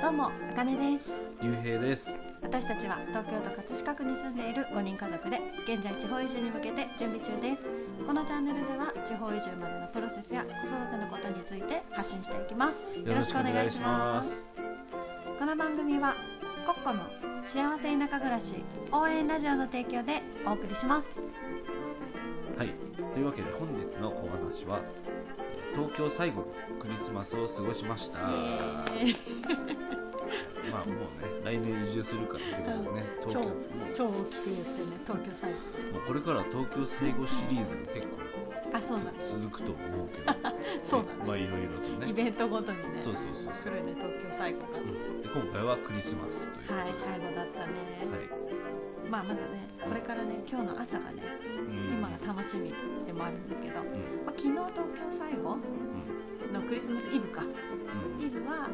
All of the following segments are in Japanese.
茜ですゆうへいです私たちは東京都葛飾区に住んでいる5人家族で現在地方移住に向けて準備中ですこのチャンネルでは地方移住までのプロセスや子育てのことについて発信していきますよろしくお願いしますこの番組はコッコの幸せ田舎暮らし応援ラジオの提供でお送りしますはいというわけで本日の小話はえー東京最後のクリスマスを過ごしましたイエーイまあもうね来年移住するからってことでね東京超もう超大きく言ってね東京最後もうこれから東京最後シリーズが結あそうだ構つ続くと思うけど そうだまあいろいろとねイねベントごとにねそうそうそうそ来うるね東京最後が、うんで今回はクリスマスということではい最後だったね、はいまあまだねこれからね今日の朝がねうん今が楽しみでもあるんだけど、まうんあ、昨日東京最後うんのクリスマスイブかうんイブは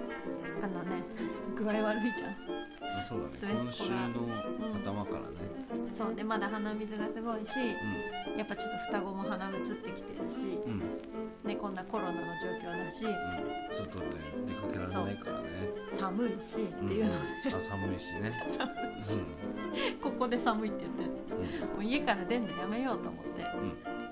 あのね 具合悪いじゃんそうだね末っ子が今週の頭からねそうでまだ鼻水がすごいしやっぱちょっと双子も鼻うつってきてるし、うんうんうんね、こんなコロナの状況だし外で出かけられないからね寒いしんっていうの、あ寒いし ねここで寒いって言ってうんうんもう家から出るのやめようと思って、ん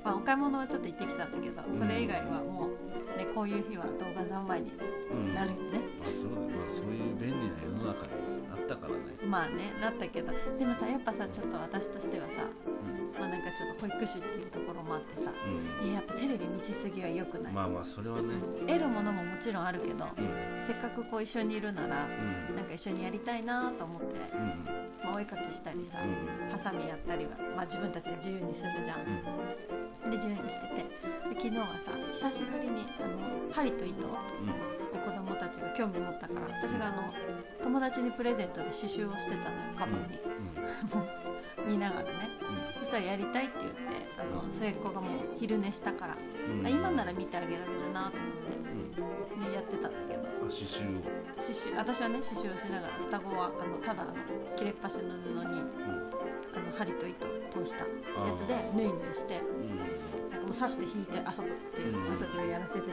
まあ、お買い物はちょっと行ってきたんだけどそれ以外はもう、ね、こういう日は動画三昧にうんなるよね、まあそうだまあそういう便利な世の中になったからねまあねなったけどでもさやっぱさちょっと私としてはさ、うんまあ、なんかちょっと保育士っていうところもあってさうんいややっぱテレビ見せすぎは良くない、まあまあそれはね得るものももちろんあるけどうんせっかくこう一緒にいるならうんなんか一緒にやりたいなと思って、うんうんまあ、お絵かきしたりさ、うんハサミやったりは、まあ、自分たちで自由にするじゃんうでん自由にしててで昨日はさ久しぶりにあの針と糸を子供たちが興味持ったから私があの友達にプレゼントで刺繍をしてたのよカバンに、見ながらねそしたらやりたいって言ってあの末っ子がもう昼寝したから、うんうんあ今なら見てあげられるなと思うんあって、ね、やってたんだけど刺繍を刺繍私はね刺繍をしながら双子はあのただあの切れっ端の布にうんあの針と糸を通したやつであ縫い縫いしてーうんうんなんかもう刺して引いて遊ぶっていううん遊びをやらせてたんだ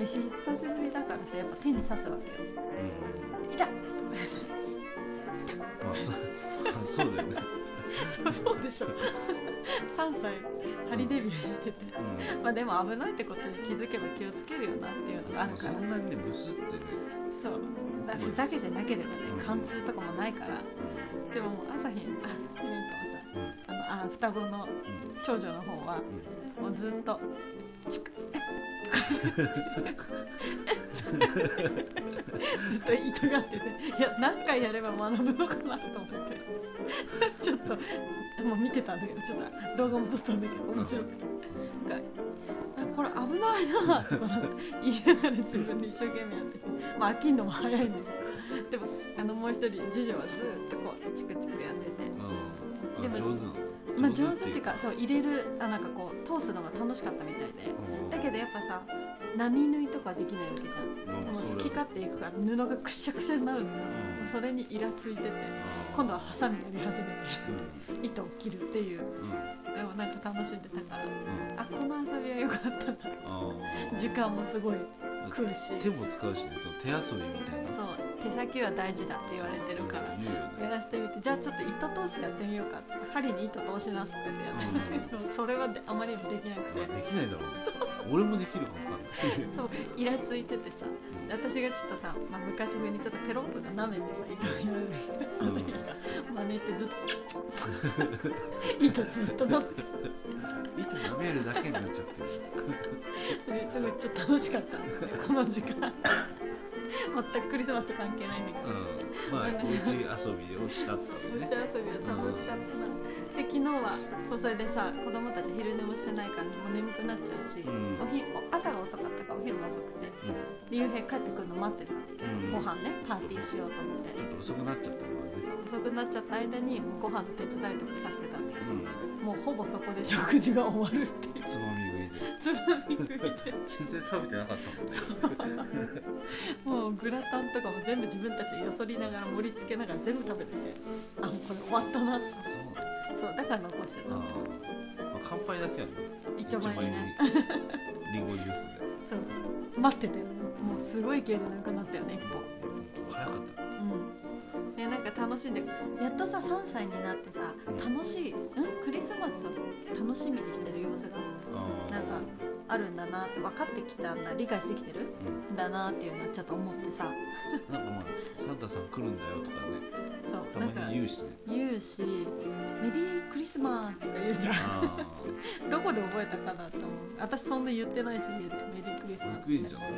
けど久しぶりだからさやっぱ手に刺すわけようん「痛っ!」とかまあそう そうだよねそう そうでしょ3歳針デビューしててうんまあでも危ないってことに気づけば気をつけるよなっていうのがあるかそらんなにねブスってねそうだからふざけてなければねうん貫通とかもないからでももう朝日あなんかはさうんうんあのあ双子の長女の方はうんもうずっとチク ずっと痛がってていや何回やれば学ぶのかなと思ってちょっともう見てたんだけどちょっと動画も撮ったんだけど面白くてなんかあこれ危ないなとかなんか言いながら自分で一生懸命やっててまあ飽きんのも早いんででもあのもう一人次女はずっとこうチクチクやっててうんであも上手なのまあ上手っていうかそう入れるあなんかこう通すのが楽しかったみたいでうんだけどやっぱさ波縫いとかできないわけじゃんまあまもあうそう好だき勝よね手いくから布がくしゃくしゃになるんだよ、うんそれにイラついてて今度はハサミやり始めてうん糸を切るっていううんでもなんか楽しんでたからうんあこの遊びは良かったなあー時間もすごい食うし手も使うしねその手遊びみたいなそう手先は大事だって言われてるからそう言うよやねらせてみてじゃあちょっと糸通しやってみようかっつって針に糸通しなとかってやってたけどそれ はであまりにもできなくてまあできないだろうね俺もできるかわかんないそうイラついててさで私がちょっとさ、まあ、昔風にちょっとペロンとか舐めてさ糸をやるうのんに真似してずっと糸ずっとなってうん糸舐めるだけになっちゃってるねすごいちょっと楽しかったんですねこの時間全くクリスマスと関係ないんだけどうんまあおうち遊びをしたったおのうねち遊びは楽しかったな、で昨日はそうそれでさ子供たち昼寝もしてないからもう眠くなっちゃうし、うんおひお朝が遅かったからお昼も遅くてうんで夕平帰ってくるの待ってたんだけど、うんご飯ねパーティーしようと思ってちょっと遅くなっちゃったのね遅くなっちゃった間にもうご飯の手伝いとかさしてたんだけど、うんもうほぼそこで食事が終わるっていうつま み食つまみいで食いで全然食べてなかったもんねもうグラタンとかも全部自分たちでよそりながら盛り付けながら全部食べててあもうこれ終わったなそうそうだから残してたあのー、まあ、乾杯だけやね一丁前にね一丁前にリンゴジュースでそう待っててもうすごい勢いでなくなったよね一本うん早かったうんでなんか楽しんでやっとさ3歳になってさ楽しいんクリスマスを楽しみにしてる様子があーなんかあるんだなって分かってきたんだ理解してきてるうんんだなっていうのはちょっと思ってさなんかまあサンタさん来るんだよとかねそうたなまんかに言うしね言うし「メリークリスマス」とか言うじゃんああ どこで覚えたかなと思う私そんな言ってないし家でメリークリス保マス育園じゃない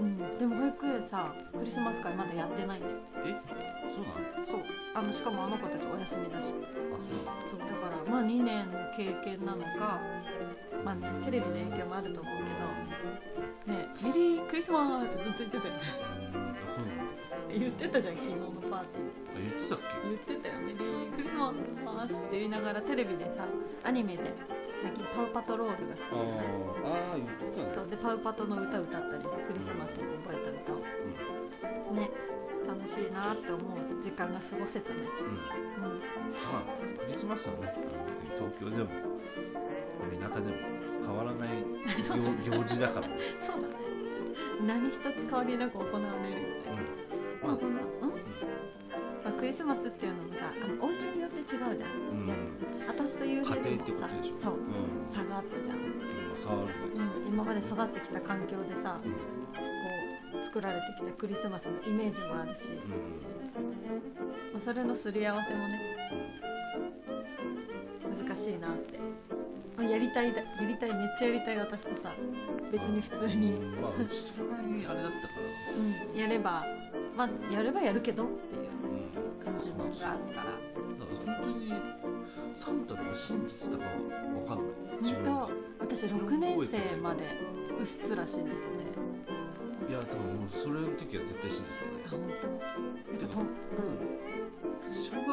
うん、でも保育園さクリスマス会まだやってないんだよえそうなのそうあのしかもあの子たちお休みだしあそうなのそうだからまあ2年の経験なのかまあねテレビの影響もあると思うけどねえメリークリスマスってずっと言ってたよねあそうなの言ってたじゃん昨日のパーテあ言ってたっィー言ってたよメリークリスマスって言いながらテレビでさアニメで最近パウパトロールがけ好あきじゃないーあー言ってたねそうでパウパトの歌歌ったりクリスマスに覚えた歌をね楽しいなって思う時間が過ごせたね、うん、うん、まあクリスマスはねあの別に東京でも田舎でも変わらないそうだ行行事だからね、そうだね何一つ変わりなく行われるよねうん、まあまあこのうん、まあ、クリスマスっていうのもさあのお家によって違うじゃん、うんやる私という家庭ってことでしょそう、ん差があったじゃん、うん、触るねうん、今まで育ってきた環境でさうこんう作られてきたクリスマスのイメージもあるし、うんまあ、それのすり合わせもね難しいなって、まあ、やりたいだやりたいめっちゃやりたい私とさ別に普通に、うんまあうちそんなにあれだったからうん、やればまあやればやるけどっていううん感じのがあるからだから本当にサンタとか信じてたかわかんない自分が本当私6年生までうっすら信じてていや多分もうそれの時は絶対信じてあない本当なんかと小学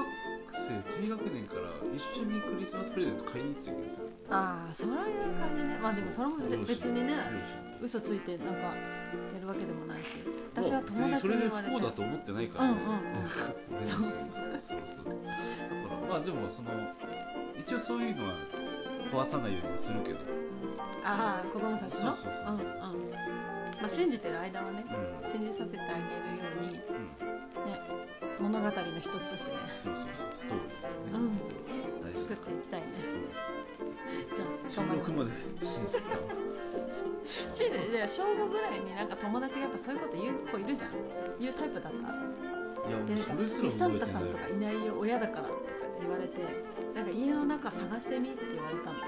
生低学年から一緒にクリスマスプレゼント買いに行ってた気がするああそういう感じねまあでもそれも別別にね両親嘘ついてなんかやるわけでもないし両私親は友達に言われて別にそれで不幸だと思ってないからねうんうんうんそうそうそうそうだからまあでもその一応そういうのは壊さないようにはするけどああ子供たちのそうそううそうんうんまあ信じてる間はねうん信じさせてあげるようにうん物語の一つとしてねそうそうそうストーリーをね、大作っ作っていきたいねじゃあ小頑張りま6しょうまで信じてたしで小5ぐらいになんか友達がやっぱそういうこと言う子いるじゃん言うタイプだったいやもでなうんかそえれすらサ覚ンえタてさないんとかいないよ親だから」とかって言われてなんか家の中探してみって言われたんだよ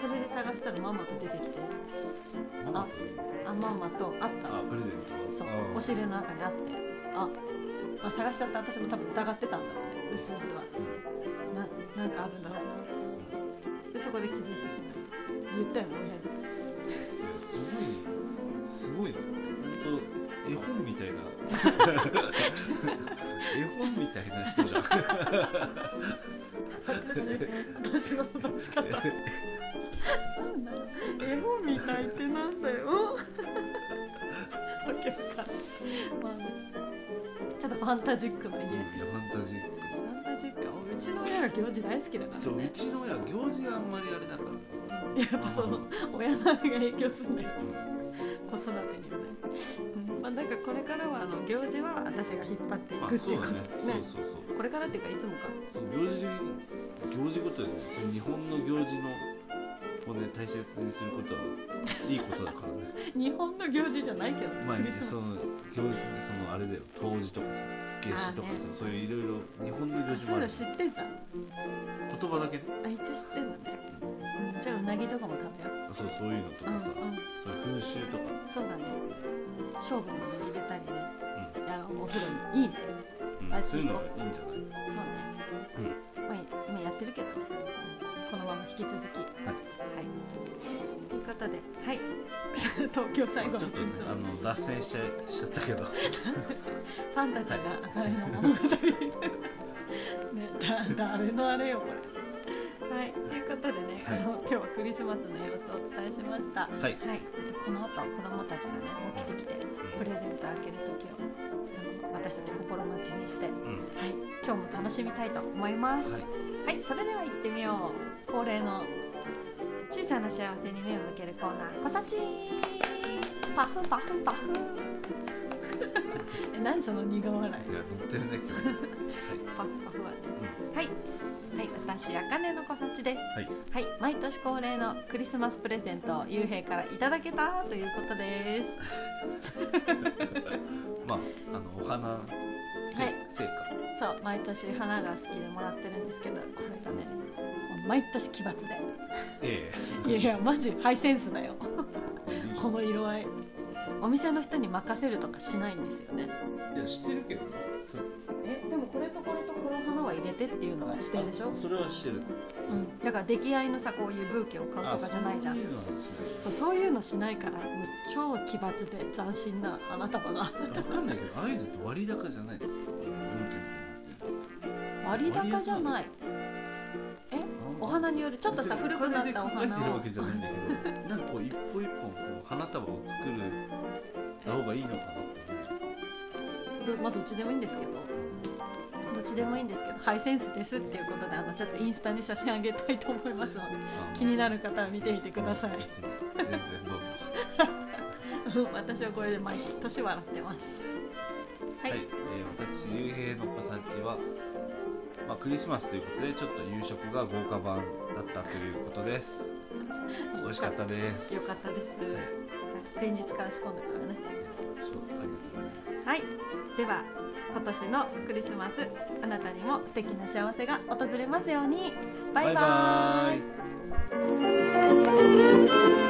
それで探したらママと出てきてうん、ママとあママと会ったあプレゼントそうあお尻の中にあってあ、まあ、探しちゃった私も多分疑ってたんだろうねうすうすはうんななんかあるんだろうなってでそこで気づいてしまう言ったよね親にいやすごいすごいね本当絵本みたいな絵本みたいな人じゃん私私の育ち方なんだろう絵本みたいってなんだよ。わけわかん ないまあね、ちょっとファンタジックな家。いやファンタジッファンタジックはうちの親が行事大好きだかクそらううね。ちの親は行事があんまりあれだからねやっぱその親のあれが影響するんだよう子ん育てにはね。うんまあなんかこれからはあの行事は私が引っ張ってい まくあってそいううこだとねそうそうそうこれからっていうかいつもか。そう行事行事ごとにその日本の行事のをね大切にすることはいいことだから ね日本の行事じゃないけど、ねまあクリスそマの行事ってそのあれだよ冬至とかさ夏至とかさ、あーねそういういろいろ日本の行ス。あ事そうもあだる知ってんだ。言葉だけねあ一応知ってんだね。うんじゃあうなぎとかも食べよう。あそうそういうのとうんうかん。さ、そういう風習とかそうだね。勝負も入れたりね。いやお風呂にいいね。うん、あそういうのがいいんじゃないそうね。まあ今やってるけどね。このまま引き続き。はい。ということで、はい。 東京最後ちょのっとクねリスマあの脱線しちゃいしち ゃったけどス。ファンタジーな明るいの物語。ね、だ誰のあれよこれ。はい。ということでね、あの今日はクリスマスの様子をお伝えしました。はい。はい、この後子供たちがね起きてきて。プレゼント開ける時をあの私たち心待ちにして、はい、うん今日も楽しみたいと思いますうんははいい、それでは行ってみよう恒例の小さな幸せに目を向けるコーナー「こさちーパフパフパフ」 え何その苦笑いいや乗ってるね今日パフパフはねはいはい私あかねのこさちですはいはい毎年恒例のクリスマスプレゼントをゆうへいからいただけたということですまああのお花せ、はい成果そう毎年花が好きでもらってるんですけどこれがねもう毎年奇抜えでいやいやマジハイセンスだよえこの色合いお店の人に任せるとかしないんですよねいやしてるけどねえでもこれとこれとこの花は入れてっていうのが指定でしょあ、それはしてるうん、だから出来合いのさこういうブーケを買うとかじゃないじゃんあそういうのはしそうそういうのしないからもう超奇抜で斬新な花束がないわかんないけどああいうのって割高じゃないの文献みたいになってる割高じゃないお花によるちょっとさ古くなったお別にお金で考えてる花をわけじゃないんだけどなんかこう一本一本こう花束を作るた方がいいのかなって思う じゃんどまあどっちでもいいんですけどどっちでもいいんですけどハイセンスですっていうことであのちょっとインスタに写真あげたいと思いますのであの気になる方は見てみてくださいいつも全然どうぞ 私はこれで毎年笑ってますははい、い、えー私竜兵の子さんちはまあ、クリスマスということでちょっと夕食が豪華版だったというこ とです美味しかったですよかったです、前日から仕込んでからねそうありがとうございますはいでは今年のクリスマスあなたにも素敵な幸せが訪れますようにバイバイバイバイ